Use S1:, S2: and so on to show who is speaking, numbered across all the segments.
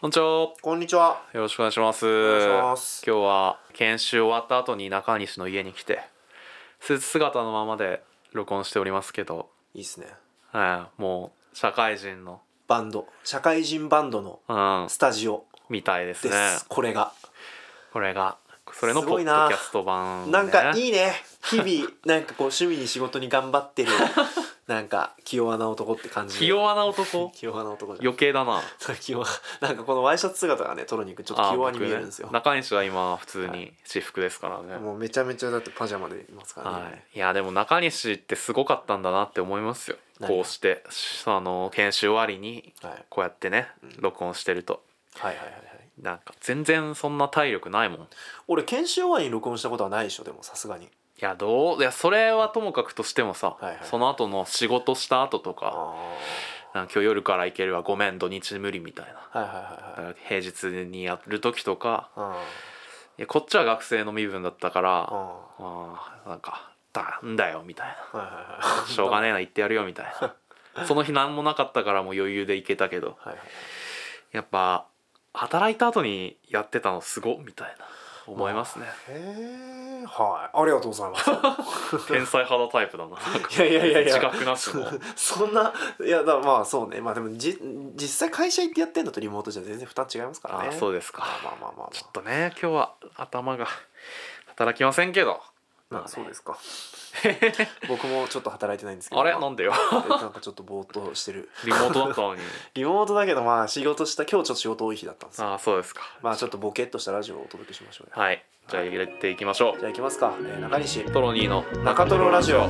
S1: こんにちは。よ
S2: こんにちは。
S1: ろしくお願いします。
S2: 願いします
S1: 今日は研修終わった後に中西の家に来て、スーツ姿のままで録音しておりますけど、
S2: いいっすね。
S1: はい、もう社会人の、
S2: バンド、社会人バンドの
S1: うん、
S2: スタジオ
S1: みたいです
S2: で
S1: ね
S2: す。。これが。
S1: これが、それの
S2: す
S1: ポッ
S2: ご
S1: ド
S2: い
S1: キ
S2: な
S1: ャスト版、ね。
S2: なんかいいね。日々、なんかこう趣味に仕事に頑張ってる、 なんか気弱な男って感じ。
S1: ひ弱な男
S2: 気弱な男じゃん。
S1: 余計だな。
S2: 気弱。なんかこのワイシャツ姿がね、トロニー君ちょっと気弱に見えるんですよ
S1: あ。僕ね中西は今普通に私服ですからね。
S2: もうめちゃめちゃだってパジャマでいますからね。
S1: はい、いやでも中西ってすごかったんだなって思いますよ
S2: 何が
S1: こうしてしあの研修終わりに
S2: はい。
S1: こうやってね、録音してると
S2: はいはいはいはい。
S1: なんか全然そんな体力ないもんい
S2: 俺、研修終わりに録音したことはないでしょ、でもさすがに。
S1: やどういやそれはともかくとしてもさ、
S2: はいはい
S1: その後の仕事した後とか
S2: あ
S1: なんか今日夜から行けるわごめん土日無理みたいな
S2: あ。はいはいはいはい。
S1: 平日にやる時とか
S2: あ
S1: いやこっちは学生の身分だったから
S2: あ。
S1: あ
S2: あ
S1: ーなんかだんだよみたいな
S2: あ。はいはいはい。
S1: しょうがねえな行ってやるよみたいなその日何もなかったからもう余裕で行けたけど
S2: はいはい。
S1: やっぱ働いた後にやってたのすごっみたいな思いますね、
S2: へえはいありがとうございま す
S1: 天才肌タイプだな
S2: いやいやいやいや
S1: 自覚なしも
S2: そんないやだまあそうねまあでもじ実際会社行ってやってんのとリモートじゃ全然負担違いますから
S1: あ
S2: ね
S1: あそう
S2: う
S1: ですか
S2: まあまあまあまあ
S1: ちょっとね今日は頭が働きませんけど
S2: まあそうで すか僕もちょっと働いてないんですけど
S1: あれ
S2: ま
S1: なんでよ
S2: あなんかちょっとぼーっとしてる
S1: リモートだったのに
S2: リモートだけどまあ仕事した今日ちょっと仕事多い日だったんですよ
S1: ああそうですか
S2: まあちょっとボケっとしたラジオをお届けしましょうよ
S1: はいじゃあ入れていきましょ
S2: じゃあ行きますか、えー中西
S1: うトロニーの
S2: 中トロラジオ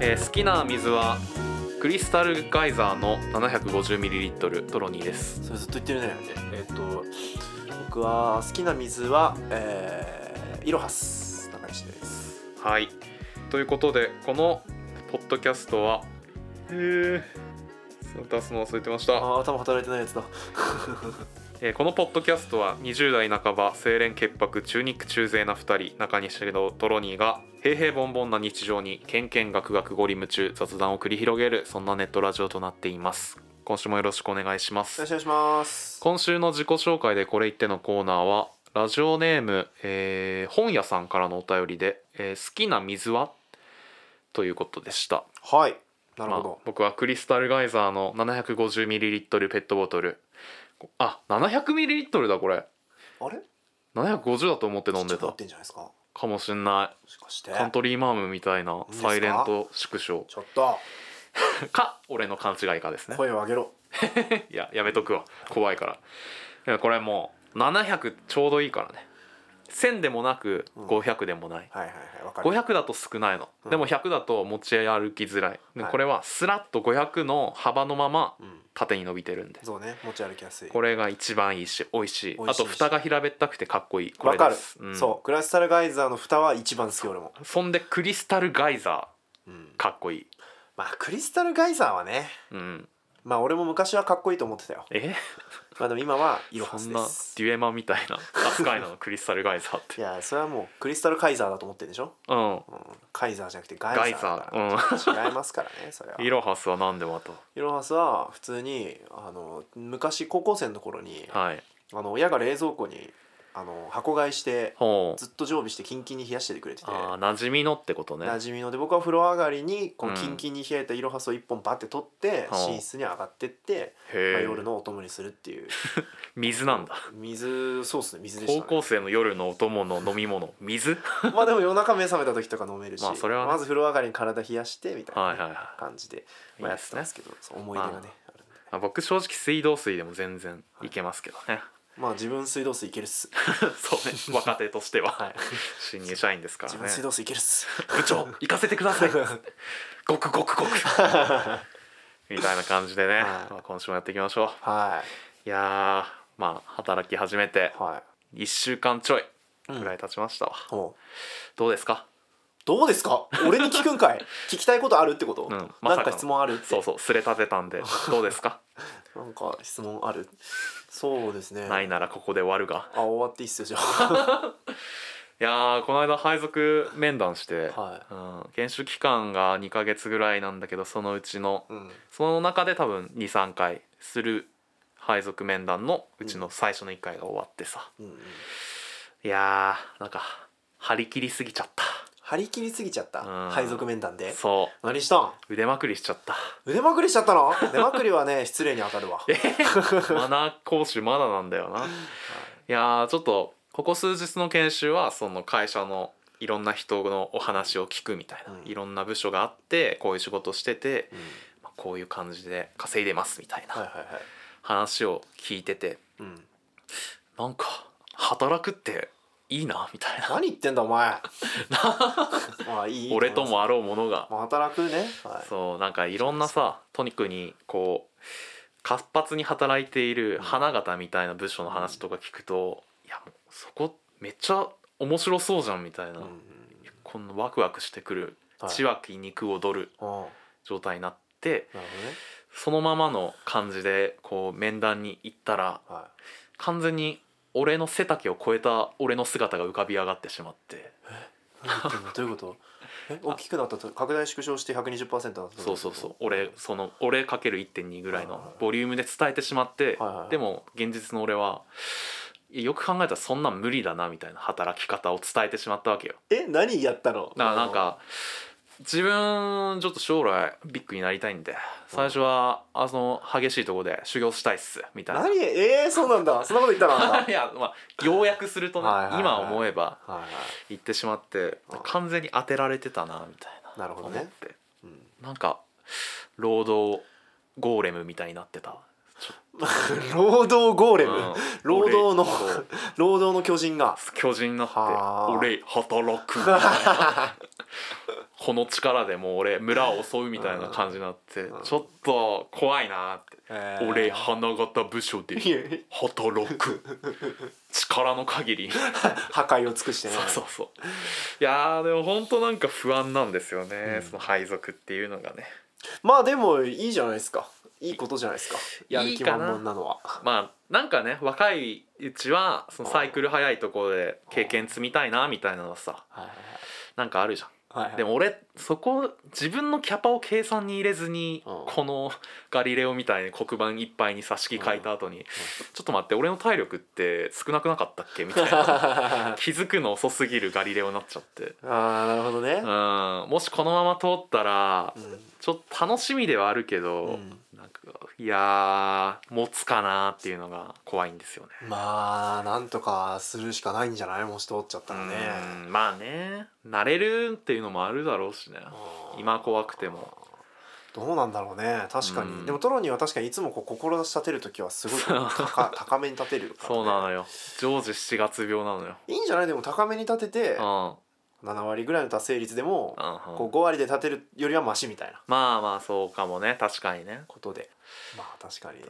S1: えー好きな水はクリスタルガイザーの 750ml トロニーです
S2: それずっと言ってるねえっと僕は好きな水はえー、イロハス中西です
S1: はいということでこのポッドキャストはえー出すの忘れてました、
S2: あー頭働いてないやつだ
S1: えーこのポッドキャストは20代半ば清廉潔白中肉中背な2人中西のトロニーが平平凡凡な日常にケンケンガクガクゴリ夢中雑談を繰り広げるそんなネットラジオとなっています今週もよろしくお願いしま
S2: よろ
S1: す
S2: しくお願いします
S1: 今週の自己紹介でこれ言ってのコーナーはラジオネーム、えー本屋さんからのお便りで、えー好きな水はということでした
S2: はいなる
S1: ま
S2: ほ
S1: あ
S2: ど、
S1: 僕はクリスタルガイザーの 750ml ペットボトルあ 700ml だこれ
S2: あれ
S1: 750だと思って飲んで
S2: ちょっと合
S1: た
S2: ってんじゃないですかも
S1: かもしんな
S2: しかして
S1: いカントリーマームみたいない
S2: いですか
S1: サイレント縮小
S2: ちょっと
S1: か俺の勘違いかですね
S2: 声を上げろ
S1: いややめとくわ怖いからでもこれもう700ちょうどいいからね1000でもなく
S2: うん
S1: 500でもない、
S2: はいはいはいわかる
S1: 500だと少ないの、
S2: うん
S1: でも100だと持ち歩きづらい、で
S2: はい
S1: これはスラッと500の幅のまま
S2: うん
S1: 縦に伸びてるんで
S2: そうね持ち歩きやすい
S1: これが一番いいし美味しい
S2: 美味し
S1: あと
S2: い
S1: 蓋が平べったくてかっこいいこ
S2: わ
S1: れ
S2: か
S1: で
S2: る、
S1: すん
S2: そうクラスタルガイザーの蓋は一番好き俺も、
S1: そんでクリスタルガイザ
S2: うん
S1: ー、かっこいい、
S2: まあクリスタルガイザーはね
S1: うん、
S2: まあ俺も昔はかっこいいと思ってたよ
S1: え
S2: まあでも今はイロハ
S1: そん
S2: スで
S1: な
S2: す
S1: デュエマみたいな扱いなのクリスタルガイザーっ
S2: い
S1: て
S2: やそれはもうクリスタルカイザーだと思ってるでしょ、
S1: うん
S2: うん、カイザーじゃなくてガ
S1: ガ
S2: イ
S1: イ
S2: ザーだ
S1: ザ
S2: から
S1: ー
S2: 違いますからね それは
S1: うんイロハスは何でまた
S2: いろはすは普通にあの昔高校生の頃に
S1: はい
S2: あの親が冷蔵庫にあの箱買いして
S1: ほう
S2: ずっと常備してキンキンに冷やしててくれてて
S1: あー馴染みのってことね
S2: 馴染みので僕は風呂上がりにこ
S1: う
S2: の
S1: ん
S2: キンキンに冷えたいろはすを一本バッて取って
S1: ほう
S2: 寝室に上がってって、まあ、
S1: へ
S2: 夜
S1: え
S2: のお供にするっていう
S1: 水なんだ
S2: 水そうっすね水でし
S1: 高
S2: た、ね
S1: 校、生の夜のお供の飲み物水
S2: まあでも夜中目覚めた時とか飲めるし、
S1: まあそれはね
S2: まず風呂上がりに体冷やしてみたいな
S1: はいは
S2: ね、
S1: いは
S2: 感じで、まあ、
S1: いいで
S2: やって
S1: す
S2: た
S1: ね
S2: んですけどそう思い出がね、
S1: ま
S2: あるんで
S1: い僕正直水道水でも全然いけますけど ね
S2: まあ自分水道水いけるっす
S1: そうね若手としては、
S2: はい
S1: 新入社員ですから
S2: 自
S1: ね
S2: 分水道水いけるっす
S1: 部長行かせてくださいごくごくごくみたいな感じでね、
S2: はい
S1: まあ、今週もやっていきましょう
S2: はい
S1: やーまあ働き始めて
S2: いは
S1: 1週間ちょい
S2: い。
S1: ぐらい
S2: い。
S1: 経ちましたわ、
S2: ほ
S1: どうですか
S2: どうですか俺に聞くんかい 聞きたいことあるってこと、
S1: うんまさかの
S2: なんか質問あるって
S1: そうそうすれ立てたんでどうですか
S2: なんか質問あるそうですね
S1: ないならここで終わるが
S2: あ終わっていいっすよじゃあ
S1: いやーこの間配属面談して、
S2: は
S1: うん、研修期間が2ヶ月ぐらいなんだけどそのうちの
S2: い、うん、
S1: その中で多分23回する配属面談のうちの最初の1回が終わってさ、
S2: うんうん、
S1: いやーなんか張り切りすぎちゃっ
S2: 張り切りすぎちゃった
S1: うん
S2: 配属面談
S1: た
S2: で
S1: そ
S2: 何したん
S1: う腕まくりしちゃった
S2: 腕まくりしちゃったの腕まくりはね失礼に当た るわ
S1: えマナー講習まだなんだよな、い、やーちょっとここ数日の研修はその会社のいろんな人のお話を聞くみたいな、
S2: うん
S1: いろんな部署があってこういう仕事してて、
S2: うん
S1: まあ、こういう感じで稼いでますみたい
S2: は
S1: な
S2: いはいはい
S1: 話を聞いてて
S2: うん、
S1: なんか働くっていいなみたいな
S2: 何言ってんだ お前まあいい
S1: 俺ともあろうものが
S2: まあ働くね、はい、
S1: そうなんかいろんなさとにかくにこう活発に働いている花形みたいな部署の話とか聞くといやもうそこめっちゃ面白そうじゃんみたいな、
S2: うんうん
S1: こんなワクワクしてくる
S2: はい
S1: 血湧き肉躍る
S2: うん
S1: 状態になって
S2: なるほどね
S1: そのままの感じでこう面談に行ったら
S2: は
S1: 完全に俺の背丈を超えた俺の姿が浮かび上がってしまって
S2: い何言ってんのどういうことえ大きくなったと拡大縮小して120%だった
S1: そうそうそう俺その俺かける1.2ぐらいのボリュームで伝えてしまって、
S2: はいはいはい
S1: でも現実の俺はよく考えたらそんなん無理だなみたいな働き方を伝えてしまったわけよ
S2: え何やったの
S1: だからなんか自分ちょっと将来ビッグになりたいんで最初はあの激しいとこで修行したいっすみたいな
S2: 何えー、そうなんだそんなこと言った のあん
S1: いやまあ要約するとね
S2: はいはいはい
S1: 今思えば
S2: たはいはい
S1: 言ってしまって
S2: うん
S1: 完全に当てられてたなみたいな
S2: なるほどね
S1: 思って
S2: うん
S1: なんか労働ゴーレムみたいになってた、
S2: 労働ゴーレム、
S1: うん
S2: 労働の
S1: 俺そう
S2: 労働の巨人が
S1: 巨人になって
S2: はあ
S1: 「俺働く」みたいなこの力でもう俺村を襲うみたいな感じになって
S2: うん
S1: ちょっと怖いなって
S2: え
S1: 「
S2: ー
S1: 俺花形部署で
S2: いえ
S1: 働く」力の限り
S2: 破壊を尽くして ね
S1: そうそうそういやーでも本当なんか不安なんですよね、
S2: うん
S1: その配属っていうのがね
S2: まあでもいいじゃないですかいいことじゃないですか
S1: いや
S2: やる気満々なのは
S1: まあなんかね若いうちはそのサイクル早いところで経験積みたいなみたいなのさ
S2: はい
S1: なんかあるじゃん
S2: はいはい
S1: でも俺そこ自分のキャパを計算に入れずに
S2: うん
S1: この「ガリレオ」みたいに黒板いっぱいに挿し木書いた後に「ちょっと待って俺の体力って少なくなかったっけ?」みたい な
S2: あ
S1: 気づくの遅すぎるガリレオになっちゃって
S2: あなるほどね
S1: うんもしこのまま通ったら
S2: うん
S1: ちょっと楽しみではあるけど、
S2: うん
S1: なんかいやー持つかなっていうのが怖いんですよね。
S2: まあなんとかするしかないんじゃないもし通っちゃったらね
S1: うんまあね慣れるっていうのもあるだろうしね
S2: うん
S1: 今怖くても
S2: どうなんだろうね確かに、
S1: うん
S2: でもトロニーは確かにいつもこう志立てる時はすごい高高めに立てるから、ね、
S1: そうなのよ常時7月病なのよ
S2: いいんじゃないでも高めに立てて
S1: うん
S2: 7割ぐらいの達成率でも
S1: うんう
S2: こ
S1: ん
S2: う5割で立てるよりはマシみたいな
S1: まあまあそうかもね確かにね
S2: ことでまあ確かに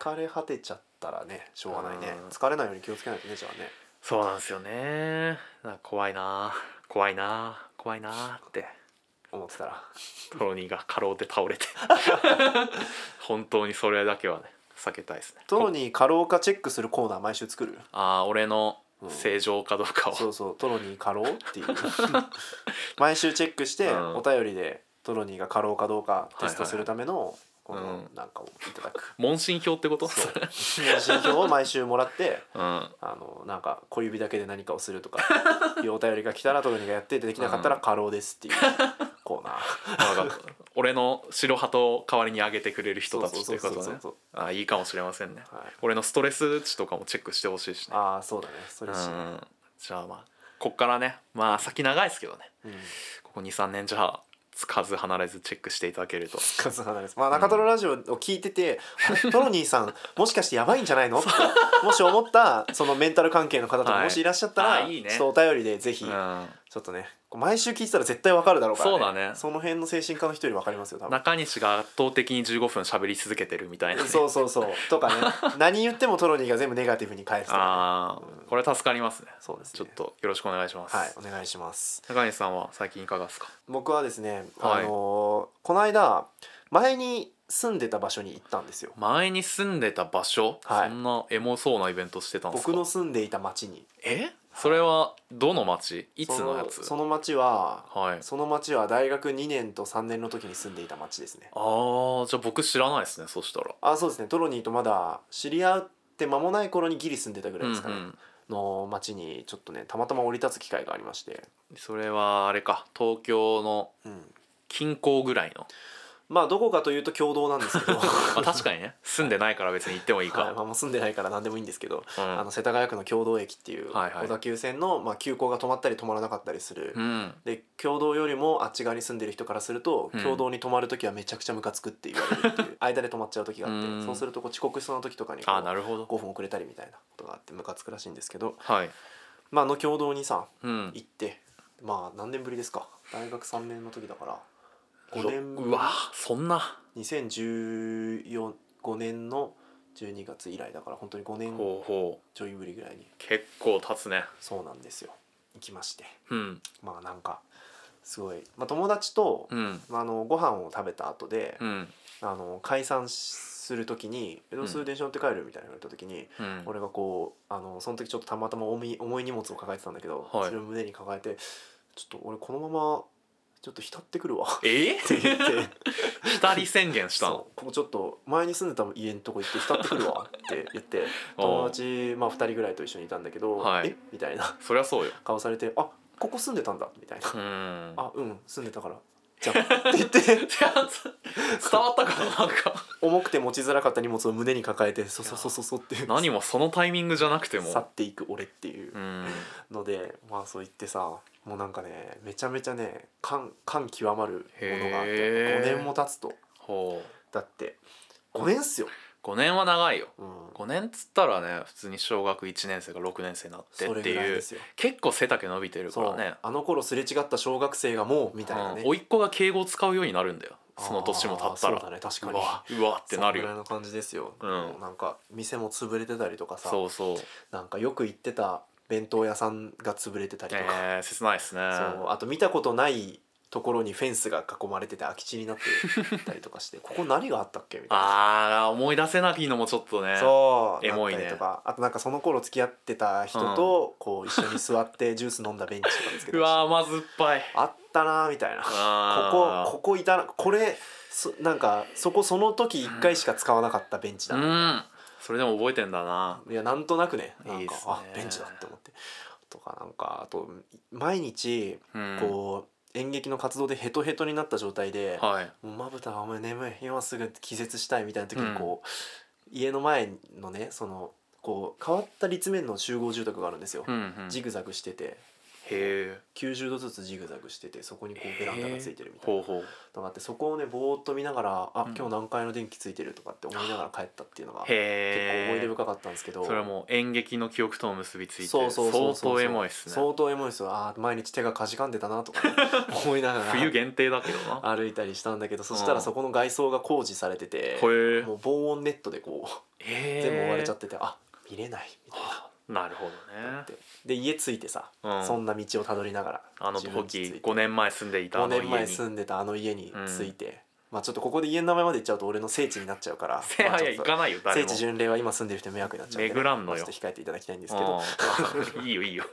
S2: 疲れ果てちゃったらねしょうがないね
S1: うん
S2: 疲れないように気をつけないとねじゃあね
S1: そうなんですよねなんか怖いな怖いな怖いなって
S2: 思ってたら
S1: トロニーが過労で倒れて 本当にそれだけはね避けたいですね
S2: トロ
S1: こ
S2: ニー過労かチェックするコーナー毎週作る
S1: ああ俺の正常かどうかを、
S2: そうそうトロニー過労っていう 毎週チェックして
S1: うん
S2: お便りでトロニーが過労かどうかテス
S1: はいはいは
S2: ト
S1: い
S2: するためのこ
S1: う
S2: の
S1: ん
S2: なんかをいただく
S1: 問診票ってこと
S2: そう
S1: それ
S2: 問診票を毎週もらって
S1: うん
S2: あのなんか小指だけで何かをするとかいうお便りが来たらトロニーがやってでできなかったら過労ですっていうコーナー
S1: わかった俺の白鳩を代わりにあげてくれる人たちっていうこ
S2: そう
S1: と
S2: そう
S1: ね
S2: そうそう
S1: あいいかもしれませんね、
S2: はい
S1: 俺のストレス値とかもチェックしてほしいしね
S2: ああそうだねそれし、
S1: うんじゃあまあこっからねまあ先長いですけどね
S2: うん、
S1: ここ23年じゃあつかず離れずチェックしていただけると
S2: 数離れですまあ中トロラジオを聞いてて、あれトロニーさんもしかしてやばいんじゃない のってもし思ったそのメンタル関係の方とか
S1: はい
S2: もしいらっしゃったら、
S1: あいいね
S2: ちょっとお便りでぜひ
S1: う
S2: ち
S1: ん
S2: ょっちょっとねこう毎週聞いてたら絶対わかるだろうから、ね、
S1: そうだね
S2: その辺の精神科の人よりわかりますよ多分
S1: 中西が圧倒的に15分喋り続けてるみたいな、ね、
S2: そうそうそうとかね何言ってもトロニーが全部ネガティブに返すとか
S1: ああこれ助かりますね
S2: そうですね
S1: ちょっとよろしくお願いします、
S2: はいお願いします
S1: 中西さんは最近いかがですか
S2: 僕はですね、
S1: はい
S2: あのーこの間前に住んでた場所に行ったんですよ
S1: 前に住んでた場所、
S2: はい
S1: そんなエモそうなイベントしてたんですか
S2: 僕の住んでいた町に
S1: えそれはどの町いつのや
S2: そ
S1: つ
S2: のその町は
S1: はい
S2: その町は大学2年と3年の時に住んでいた町ですね
S1: あーじゃあ僕知らないですねそしたら
S2: あそうですねトロニーとまだ知り合って間もない頃にギリ住んでたぐらいですかね、
S1: うんうん
S2: の町にちょっとねたまたま降り立つ機会がありまして、
S1: それはあれか東京の
S2: うん、
S1: 近郊ぐらい の、
S2: まあどこかというと共同なんで すけど
S1: まあ、確かにね住んでないから別に行ってもいいか、
S2: はいまあ、もう住んでないから何でもいいんですけど、
S1: うん
S2: あの世田谷区の共同駅っていう
S1: はいはい
S2: 小田急線の、まあ、急行が止まったり止まらなかったりする、
S1: うん
S2: で共同よりもあっち側に住んでる人からすると、
S1: うん
S2: 共同に泊まる時はめちゃくちゃムカつくって言われるっていう 間で止まっちゃう時があって、
S1: うん
S2: そうするとこう遅刻しそうな時とかにこ
S1: あーな
S2: う
S1: るほど
S2: 5分遅れたりみたいなことがあってムカつくらしいんですけど、
S1: はい、
S2: まあ、あの共同にさ
S1: うん、
S2: 行ってまあ何年ぶりですか大学3年の時だから5年ぶり
S1: うわそんな
S2: 2014 5年の12月以来だから本当に5年
S1: ほうほう
S2: ちょいぶりぐらいに
S1: 結構経つね
S2: そうなんですよ行きまして
S1: うん
S2: まあなんかすごい、まあ、友達と、
S1: うん
S2: まあ、あのご飯を食べた後で、
S1: うん
S2: あの解散する時に「江戸数電車乗って帰る?」みたいな言われた時に、
S1: うん
S2: 俺がこうあのその時ちょっとたまたま重い重い荷物を抱えてたんだけど、
S1: はい
S2: それを胸に抱えて「ちょっと俺このままちょっと浸って くるわ」っ
S1: え
S2: て言って。
S1: 浸り宣言 したの
S2: そうここちょっと前に住んでた家のとこ行って浸ってくるわって言って
S1: おう
S2: 友達まあ2人ぐらいと一緒にいたんだけど、
S1: はい
S2: えみたいな
S1: そりゃそうよ
S2: 顔されて「あここ住んでたんだ」みたいな
S1: うん
S2: 「あうん住んでたから」じゃあって言って
S1: 伝わったかななんか
S2: 重くて持ちづらかった荷物を胸に抱えてそそそそそっ て
S1: 何もそのタイミングじゃなくても
S2: 去っていく俺っていう
S1: うん
S2: のでまあそう言ってさもうなんかねめちゃめちゃね感感極まるものがあって
S1: へー
S2: 5年も経つと
S1: ほう
S2: だって5年っすよ、
S1: 5年は長いよ
S2: うん、
S1: 5年っつったらね普通に小学1年生が6年生になって
S2: そ
S1: っ
S2: れ
S1: て
S2: ぐらい
S1: い
S2: で
S1: う
S2: すよ
S1: 結構背丈伸びてるか
S2: そ
S1: ら
S2: う
S1: ね
S2: あの頃すれ違った小学生がもうみたいなね、
S1: うん甥っ子が敬語を使うようになるんだよその年も経った
S2: あーそうだ
S1: ら
S2: ね確か
S1: う
S2: に
S1: わうわってなる
S2: そんぐら
S1: よ
S2: いの感じですよ、
S1: うん
S2: もなんか店も潰れてたりとかさ
S1: そうそう
S2: なんかよく行ってた弁当屋さんが潰れてたりとか、
S1: えー切ないですね
S2: そうあと見たことないところにフェンスが囲まれてて空き地になってたりとかしてここ何があったっけみたいな。
S1: あー思い出せないのもちょっとね
S2: そう
S1: エモいね
S2: なったりとかあとなんかその頃付き合ってた人とこう一緒に座ってジュース飲んだベンチとかですけ
S1: う
S2: ど
S1: わーまずっ ぱい
S2: あったなーみたいな
S1: あ
S2: ここここいたなこれそなんかそこその時1回しか使わなかったベンチだ、
S1: うんそれでも覚えてんだない
S2: やなんとなくねなんか
S1: いいっすね
S2: あベンチだって思ってとかなんかあと毎日
S1: うん
S2: こう、演劇の活動でヘトヘトになった状態で
S1: はい
S2: 「もうまぶたお前眠い今すぐ気絶したい」みたいな時にこう、家の前のねそのこう変わった立面の集合住宅があるんですよ、
S1: うんうん
S2: ジ
S1: へ
S2: グザグしてて
S1: え
S2: 90度ずつジグザグしててそこにこうベランダがついてるみたい
S1: ほ
S2: な。
S1: うほう
S2: とかってそこをねぼーっと見ながらあ、
S1: うん
S2: 今日何階の電気ついてるとかって思いながら帰ったっていうのが結構思い
S1: へ
S2: 出
S1: え
S2: 深かったんですけど
S1: それはもう演劇の記憶とも結びついて
S2: そ
S1: 相
S2: うそうそうそう
S1: 当エモいっすね
S2: 相当エモいですよあー毎日手がかじかんでたな とかね、思いながら
S1: 冬限定だけどな
S2: 歩いたりしたんだけどそしたらそこの外装が工事されてて、
S1: ほえ
S2: もう防音ネットでこう
S1: へえ
S2: 全部覆われちゃってて、あ見れないみたい
S1: はあなるほど
S2: な
S1: ね
S2: ってで家着いてさ、
S1: うん
S2: そんな道をたどりながら
S1: あの
S2: 自分家着い
S1: 時
S2: て
S1: 5年前住んでいた
S2: 5
S1: あの家
S2: 年
S1: に
S2: 前住んでたあの家に着いて、まあちょっとここで家の名前まで言っちゃうと俺の聖地になっちゃうから
S1: せ
S2: まあ
S1: は
S2: ち
S1: や
S2: ょっ
S1: 行
S2: と
S1: かないよ誰
S2: 聖
S1: も
S2: 地巡礼は今住んでる人に迷惑になっちゃうんでね
S1: 巡らんのよ
S2: まあちょっと控えていただきたいんですけど
S1: うんいいよいい よ、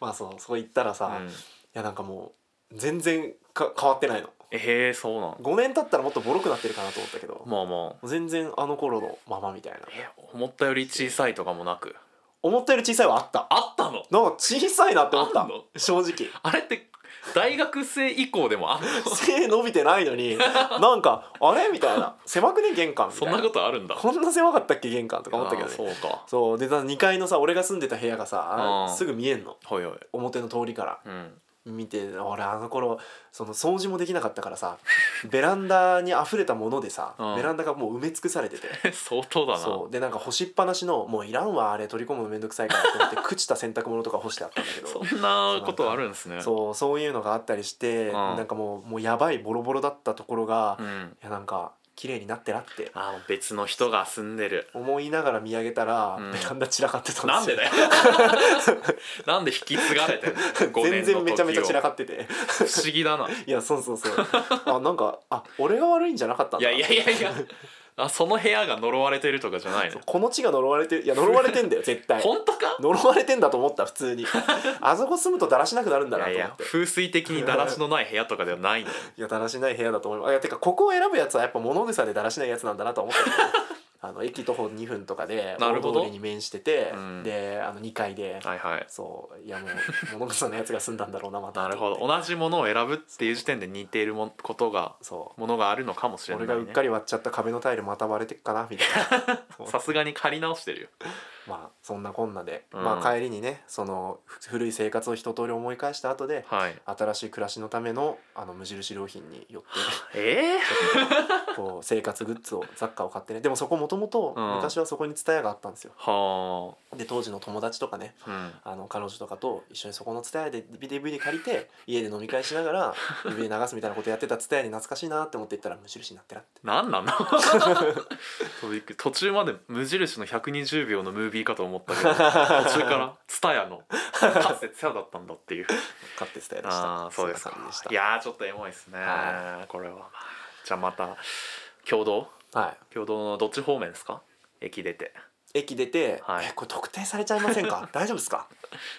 S2: まあそうそう言ったらさ、
S1: う
S2: い
S1: ん
S2: やなんかもう全然か変わってないの
S1: へえそうなん
S2: 5年経ったらもっとボロくなってるかなと思ったけど
S1: まあまあ
S2: 全然あの頃のままみたいな
S1: え思ったより小さいとかもなく
S2: 思ったより小さいはあった
S1: あったの
S2: なんか小さいなって思っ
S1: あ
S2: た
S1: んの
S2: 正直
S1: あれって大学生以降でもあんの
S2: 背伸びてない のになんかあれみたいな狭くね玄関み
S1: そ
S2: た
S1: ん
S2: いな
S1: なことあるんだ
S2: こんな狭かったっけ玄関とか思ったけど
S1: あー
S2: ね
S1: そうか
S2: そうで2階のさ俺が住んでた部屋がさ
S1: うん
S2: すぐ見えんの
S1: はいはい
S2: 表の通りから
S1: うん
S2: 見て俺あの頃その掃除もできなかったか らさベランダに溢れたものでさ、
S1: うん
S2: ベランダがもう埋め尽くされてて
S1: 相当だな
S2: そうでなんか干しっぱなしのもういらんわあれ取り込むのめんどくさいから と思って朽ちた洗濯物とか干してあったんだけど
S1: そんなことあるんですね
S2: そうそういうのがあったりして、
S1: ん
S2: なんかもうもうやばいボロボロだったところが、
S1: う
S2: い
S1: ん
S2: やなんか綺麗になってなって
S1: あー別の人が住んでる
S2: 思いながら見上げたら、
S1: うん
S2: ベランダ散らかってたんですよ
S1: なんで だよなんで引き継がれてるの
S2: 全然めちゃめちゃ散ら
S1: か
S2: かってて
S1: 不思議だない
S2: やそうそうそうあなんかあ俺が悪いんじゃなかったん
S1: い
S2: だ
S1: やいやいやいやあその部屋が呪われてるとかじゃないの
S2: この地が呪われてるいや呪われてんだよ絶対
S1: 本当か
S2: 呪われてんだと思った普通にあそこ住むとだらしなくなるんだ
S1: い
S2: なと
S1: やい
S2: 思っていや
S1: や風水的にだらしのない部屋とかではないのよ
S2: だらしない部屋だと思いますいやてかここを選ぶやつはやっぱ物草でだらしないやつなんだなと思ったけど あの駅徒歩2分とかで
S1: なる
S2: 大
S1: ほど
S2: 通りに面してて、
S1: うん
S2: であの2階で、
S1: はいはい
S2: そういやもう物草のやつが住んだんだろうなまた
S1: なるほ
S2: と思
S1: ど
S2: って
S1: 同じものを選ぶっていう時点で似ているもんことが
S2: そう
S1: ものがあるのかもしれない
S2: 俺がうっ
S1: ね
S2: かり割っちゃった壁のタイルまた割れてっかなみたい なそう
S1: さすがに借り直してるよ
S2: まあそんなこんなで、
S1: うん
S2: まあ帰りにねそのふ古い生活を一通り思い返した後で
S1: はい
S2: 新しい暮らしのためのあの無印良品によって
S1: え
S2: こう生活グッズを雑貨を買ってねでもそこもともと
S1: うん
S2: 昔はそこに蔦屋があったんですよ
S1: ー、は
S2: で当時の友達とかね
S1: あうん
S2: あの彼女とかと一緒にそこの蔦屋で DVD 借りて家で飲み会しながら DVD 流すみたいなことやってた蔦屋に懐かしいなって思って行ったら無印になってなって
S1: なん なのそうびっくり途中まで無印の120秒のムービーかと思ったけ ど途中からツタヤのかつてツタヤだったんだって いう
S2: 買って蔦屋でした
S1: ああそうですか
S2: んな感じでした
S1: いやーちょっとエモいですね、
S2: は
S1: これはまあじゃあまた共同
S2: はい
S1: 共同のどっち方面ですか駅出て
S2: 駅出て、
S1: はい
S2: えこれ特定されちゃいませ んか大丈夫ですか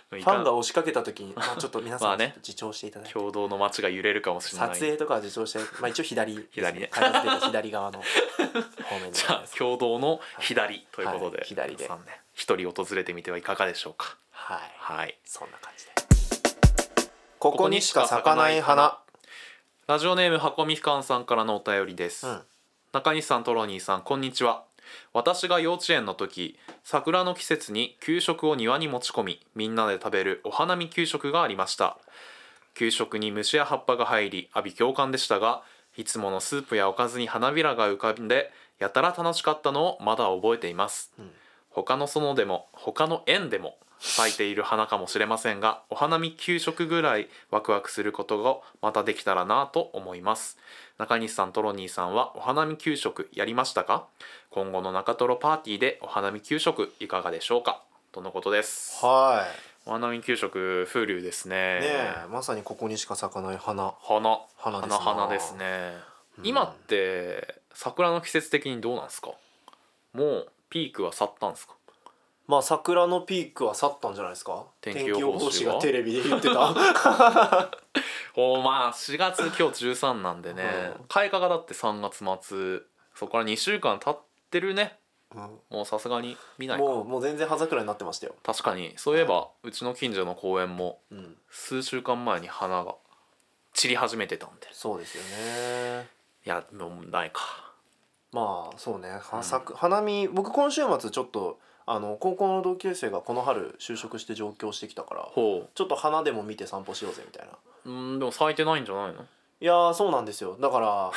S1: フ
S2: ファンが押しかけた時に、 まあ、ちょっと皆
S1: ま
S2: さ
S1: あ
S2: んち
S1: ね
S2: ょっと自重していただいて、
S1: 共同の街が揺れるかもしれない
S2: 撮影とかは自重して、まあ、一応左です
S1: 左ね
S2: 改札出た左側の方面で
S1: じゃあ共同の左ということで、
S2: はい左で
S1: 皆さんね一人訪れてみてはいかがでしょうか
S2: はい
S1: はい
S2: そんな感じでここにしか咲かない花
S1: ラジオネーム箱みかんさんからのお便りです、
S2: うん
S1: 中西さんトロニーさんこんにちは私が幼稚園の時桜の季節に給食を庭に持ち込みみんなで食べるお花見給食がありました給食に虫や葉っぱが入り阿鼻共感でしたがいつものスープやおかずに花びらが浮かんでやたら楽しかったのをまだ覚えています、
S2: うん
S1: 他の園でも他の園でも咲いている花かもしれませんがお花見給食ぐらいワクワクすることがまたできたらなと思います中西さんトロニーさんはお花見給食やりましたか今後の中トロパーティーでお花見給食いかがでしょうかとのことです
S2: は
S1: お花見給食風流です
S2: い
S1: ね
S2: ねえまさにここにしか咲かない花
S1: 花
S2: 花
S1: 花
S2: ですな
S1: 花ですね、
S2: うん
S1: 今って桜の季節的にどうなんですかもうピークは去ったんですか
S2: まあ桜のピークは去ったんじゃないですか
S1: 天気予報士は
S2: 天気予報士がテレビで言っ てた
S1: おまあ4月今日13なんでね、
S2: うん
S1: 開花がだって3月末そこから2週間経ってるね
S2: うん
S1: もうさすがに見ないか
S2: もうもう全然葉桜になってましたよ、
S1: 確かにそういえば、うちの近所の公園も
S2: うん、
S1: 数週間前に花が散り始めてたんで
S2: そうですよね
S1: いやもうないか
S2: まあそうね、は
S1: うん
S2: さく花見僕今週末ちょっとあの高校の同級生がこの春就職して上京してきたから
S1: ほ
S2: ちょっと花でも見て散歩しようぜみたいな
S1: ううんでも咲いてないんじゃないの
S2: いやーそうなんですよだから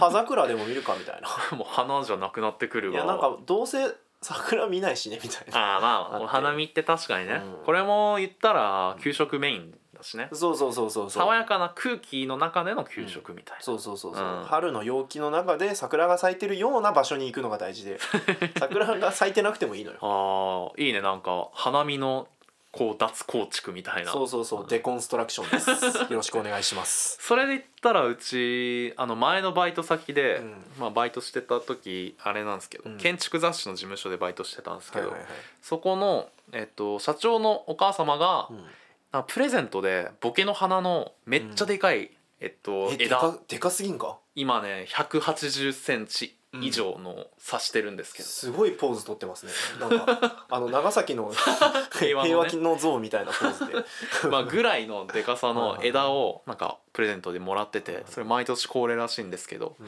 S2: 葉桜でも見るかみたい な
S1: もう花じゃなくなってくる
S2: い
S1: が
S2: やなんかどうせ桜見ないしねみたいな
S1: ああま
S2: あっ
S1: あ
S2: て
S1: お花見って確かにね、
S2: うん
S1: これも言ったら給食メインだしね
S2: そうそうそうそうそう
S1: 爽やかな空気の中での給食みたいな、
S2: そうそうそうそう、
S1: うん
S2: 春の陽気の中で桜が咲いてるような場所に行くのが大事 で桜が咲いてなくてもいいのよ
S1: あーいいねなんか花見のこう脱構築みたいな
S2: そうそうそうデコンストラクショ ンですよろしくお願いします
S1: それで言ったらうちあの前のバイト先で、
S2: うん
S1: まあ、バイトしてた時あれなんですけど、
S2: うん
S1: 建築雑誌の事務所でバイトしてたんですけ
S2: はい
S1: ど、
S2: はいはい、
S1: そこの、えっと、社長のお母様が、
S2: うん
S1: なんかプレゼントでボケの花のめっちゃでかい、えっと
S2: えで
S1: 枝
S2: かでかすぎんか
S1: 今ね1 8 0ンチ以上の刺してるんですけど、
S2: すごいポーズ取ってますねなんかあの長崎の
S1: 平
S2: 平
S1: 和のね
S2: 和の像みたいなポーズ で
S1: まあぐらいのでかさ
S2: はいはい
S1: の
S2: はい
S1: 枝をなんかプレゼントでもらっててそれ毎年恒例らしいんですけど
S2: うん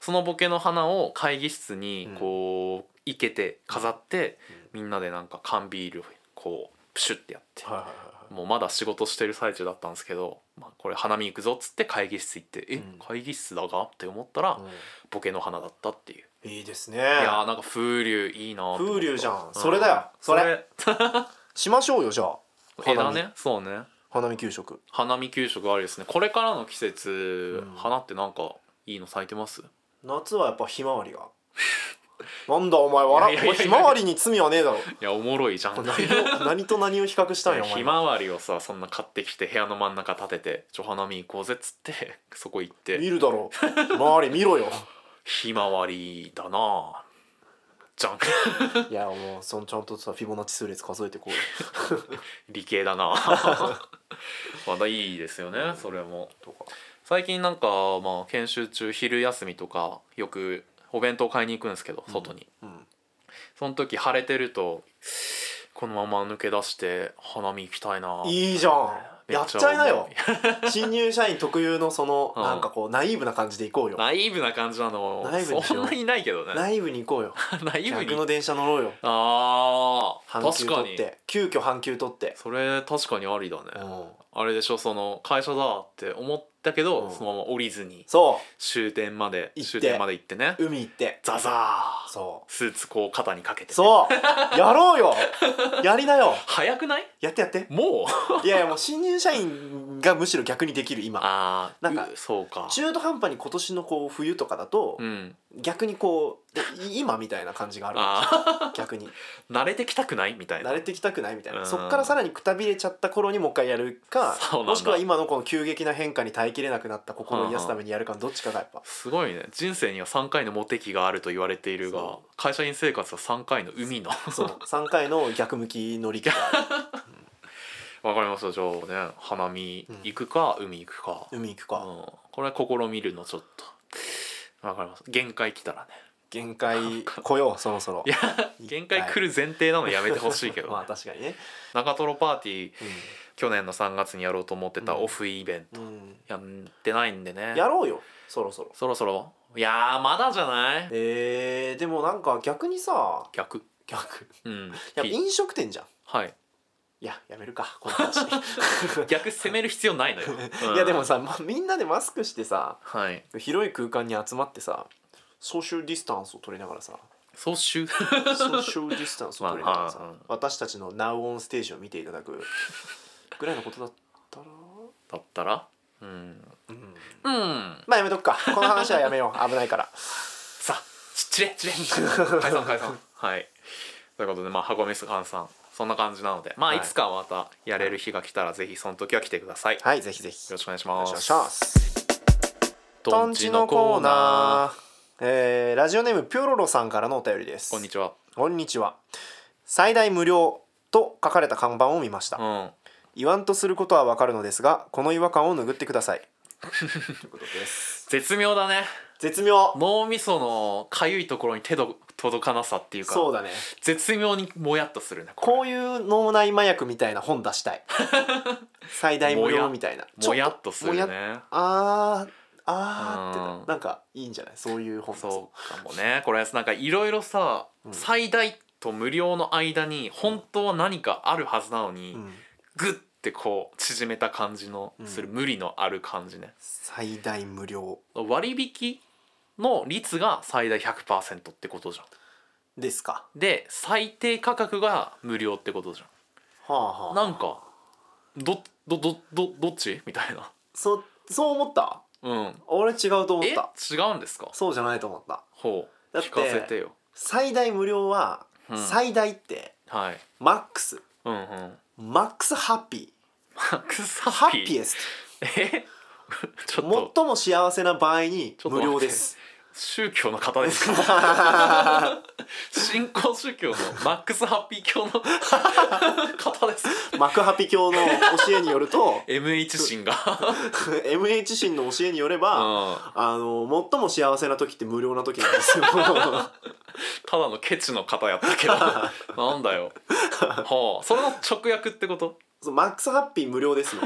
S1: そのボケの花を会議室に
S2: うん
S1: こう生けて飾って
S2: うん
S1: みんなでなんか缶ビールをこうプシュってやって
S2: はいはいはいはい
S1: もうまだ仕事してる最中だったんですけど、まあ、これ花見行くぞっつって会議室行って「え
S2: うん
S1: 会議室だが?」って思ったらボケの花だったっていう、
S2: うんいいですね
S1: いやーなんか風流いいなーって思った
S2: 風流じゃんそれだよそれしましょうよじゃあ
S1: それ枝
S2: 花見
S1: ねそうね
S2: 花見給食
S1: 花見給食ありですねこれからの季節、
S2: うん
S1: 花ってなんかいいの咲いてます
S2: 夏はやっぱひまわ りがなんだお前笑
S1: い
S2: っ
S1: やいやいやいや
S2: ひまわりに罪はねえ だろ
S1: いやおもろいじゃん
S2: 何を何と何を比較したんやお前
S1: ひまわりをさそんな買ってきて部屋の真ん中立てて「ちょ花見行こうぜ」っつって そこ行って
S2: 見るだろう周り見ろよ
S1: 「ひまわりだなあ」じゃん
S2: いやもうそのちゃんとさフィボナッチ数列数えてこうよ
S1: 理系だなあ まだいいですよね、それも
S2: とか
S1: 最近なんか、まあ、研修中昼休みとかよくお弁当買いに行くんですけど外に、
S2: うん
S1: その時晴れてるとこのまま抜け出して花見行きたいなあ
S2: いいじゃん
S1: め
S2: や
S1: っ
S2: っ
S1: ち
S2: ち
S1: ゃ
S2: ゃいな よ新入社員特有のその
S1: うん
S2: なんかこうナイーブな感じで行こう よ
S1: ナイーブな感じなの
S2: ナイーブにし
S1: そ
S2: よ
S1: ん
S2: う
S1: なにないけどね
S2: ナイーブに行こうよ
S1: ナイーブ
S2: 逆
S1: に
S2: の電車乗ろうよ
S1: ああ
S2: 半
S1: 確
S2: 休
S1: か
S2: 取っ
S1: に
S2: て急遽半休取って
S1: それ確かにありだね、
S2: うん
S1: あれでしょその会社だって思ったけど、
S2: うん
S1: そのまま降りずに
S2: そ
S1: 終点まで
S2: 行って
S1: 終点まで行ってね
S2: う海行って
S1: ザザー
S2: そ
S1: スーツこう肩にかけて、
S2: うそうやろ うよやりなよ
S1: 早くない
S2: やってや って
S1: もう
S2: いやいやもう新入社員がむしろ逆にできる今
S1: ああ
S2: なんか
S1: そうか
S2: 中途半端に今年のこう冬とかだと
S1: うん
S2: 逆にこうえい今みたいな感じがあるわ
S1: あ
S2: け逆に
S1: あ 慣れてきたくないみたいな
S2: 慣れてきたくないみたい
S1: うん
S2: なそっからさらにくたびれちゃった頃にもう一回やるか
S1: そうなんだ
S2: もしくは今のこの急激な変化に耐えきれなくなった心を癒すためにやるかのどっちかがやっぱ
S1: すごいね人生には3回のモテ期があると言われているが
S2: そ
S1: 会社員生活は3回の海 の
S2: そう3回の逆向き乗り気が
S1: わかりましたじゃあね花見行くか、海行くか、 うん、
S2: 海行くか
S1: これは試みるのちょっとわかります限界来たらね
S2: 限界来ようそろそろ
S1: いや限界来る前提なのやめてほしいけど、
S2: まあ確かにね
S1: 中トロパーティー去年の3月にやろうと思ってたオフイベント、
S2: うんうん
S1: やってないんでね
S2: やろうよそろそろ
S1: そろそろいやーまだじゃない
S2: えー、でもなんか逆にさ
S1: 逆
S2: 逆
S1: うん
S2: やっぱ
S1: き
S2: 飲食店じゃん
S1: はい
S2: いややめるかこの 話
S1: 逆攻める必要ないのよ、うん
S2: いやでもさ、ま、みんなでマスクしてさ
S1: はい
S2: 広い空間に集まってさソーシャルディスタンスを取りなが らさ
S1: 総集
S2: ソーシャルディスタンスを取りながらさ、
S1: まあうん
S2: 私たちの「ナウオンステージ」を見ていただく ぐらいのことだったら、
S1: だったらうん
S2: うん、
S1: うん
S2: まあやめとくかこの話はやめよう危 ないから
S1: さあちれちれ 解散解散はいということでまあ箱メスカンさんそんな感じなのでまあ
S2: はい
S1: いつかまたやれる日が来たらぜひその時は来てください、よ
S2: はいぜひぜひ
S1: ろしくお願いし
S2: お願
S1: ま
S2: いしますすトンチのコーナーえーラジオネームピョロロさんからのお便りです
S1: こんにちは
S2: こんにちは最大無料と書かれた看板を見ました、
S1: うん
S2: 言わんとすることはわかるのですがこの違和感を拭ってく ださいということです
S1: 絶妙だね
S2: 絶妙
S1: 脳みそのかゆいところに手の届かなさっていうか
S2: そうだね
S1: 絶妙にもやっとするねこれ
S2: こういう脳内麻薬みたいな本出し たい最大無料みたいな
S1: もやっとする
S2: ちょ
S1: ね
S2: っもやあーあーっ
S1: うん
S2: てなんかいいんじゃないそういう本
S1: そうかもねこれなんかいろいろさ、
S2: うん
S1: 最大と無料の間に本当は何かあるはずなのに、
S2: ん、
S1: グッてこう縮めた感じの
S2: うん
S1: する無理のある感じね、
S2: 最大無料
S1: 割引の率が最大100%ってことじゃ
S2: ですか
S1: んで最低価格が無料ってことじ
S2: はあ
S1: ゃ
S2: は
S1: ん
S2: あ
S1: なんかどどどどどっちみたいな
S2: そそう思った
S1: うん
S2: 俺違うと思っ
S1: え
S2: た
S1: 違うんですか
S2: そうじゃないと思った
S1: ほう
S2: だって
S1: 聞かせてよ
S2: 最大無料は、
S1: うん
S2: 最大って
S1: はい
S2: マックス
S1: うんうん マ
S2: マックスハッピ
S1: ックス
S2: ー
S1: ハ
S2: ハ
S1: ッピ
S2: ッ
S1: ー
S2: ピエス
S1: え ちょ
S2: ト
S1: っと
S2: 最も幸せな場合に
S1: ちょっと
S2: 無
S1: 待って
S2: 料です
S1: 宗教の方です か信仰宗教のマックスハッピー教の 方ですか
S2: マクハピ教の教えによる と
S1: MH 神が
S2: MH 神の教えによれば、
S1: うん
S2: あの最も幸せな時って無料な時なんで すよ
S1: ただのケチの方やった けどなんだよはあそれの直訳ってこと
S2: そうマックスハッピー無料ですの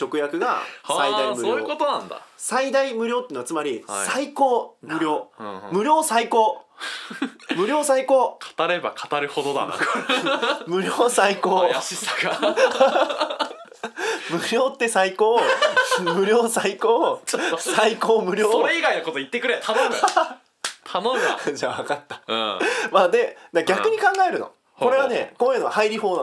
S2: 直訳が最
S1: は
S2: 大
S1: あ
S2: 無
S1: そういうこ
S2: 料
S1: となんだ、
S2: 最大無料ってのはつまり
S1: はい
S2: 最高無料
S1: うんうん
S2: 無料 最高無料最高
S1: 語れば語るほどだなこ
S2: 無料最
S1: の
S2: 高
S1: 怪しさが
S2: 無料って最高無料最高
S1: ちょっと
S2: 最高無 料
S1: それ以外のこと言ってくれ頼む頼む
S2: じゃあ分かった
S1: わ
S2: まあでだから逆に考えるの、これは
S1: ほう
S2: ねこういうのは入り法 な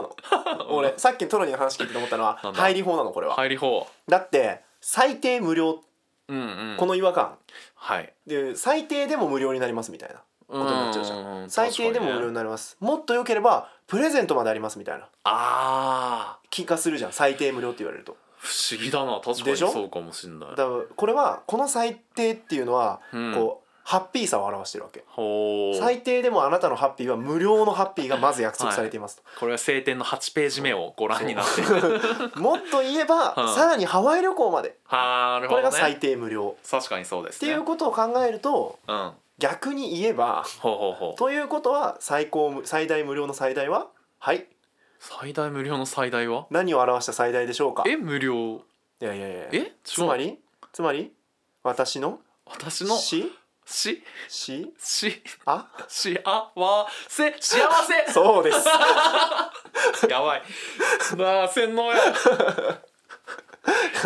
S2: の俺さっきのトロニーの話聞いて思ったのは
S1: なんだ
S2: 入り法なのこれ
S1: うん
S2: は、
S1: 入り法
S2: だって最低無料
S1: うんうん
S2: この違和感、
S1: はい
S2: で最低でも無料になりますみたいな
S1: こと
S2: になっちゃうじゃん
S1: ん
S2: 最低でも無料になります、もっと良ければプレゼントまでありますみたいな
S1: ああ
S2: 気がするじゃん最低無料って言われると
S1: 不思議だな確かに
S2: でしょ
S1: そうかもしんない
S2: だからこれはこの最低っていうのは
S1: うん
S2: こう、ハッピーさを表してるわけ
S1: ほう
S2: 最低でもあなたのハッピーは無料のハッピーがまず約束されていますと、
S1: これは晴天の8ページ目をご覧になって
S2: もっと言えば、
S1: うん
S2: さらにハワイ旅行まで
S1: は あなる
S2: こ
S1: ほ
S2: れ
S1: ど
S2: が最
S1: ね
S2: 低無料、
S1: 確かにそうで
S2: っ
S1: す
S2: て
S1: ね
S2: いうことを考えると
S1: うんほう
S2: 逆に言えば
S1: ほうほう
S2: ということは最高無最大無料の最大ははい
S1: 最大無料の最大は
S2: 何を表した最大でしょうか
S1: え無料
S2: いやいやいや
S1: え
S2: つまりつまり私の
S1: 私のし
S2: し
S1: し
S2: し
S1: し
S2: あ
S1: 幸せ幸せ
S2: そうです
S1: やばいなあ洗脳や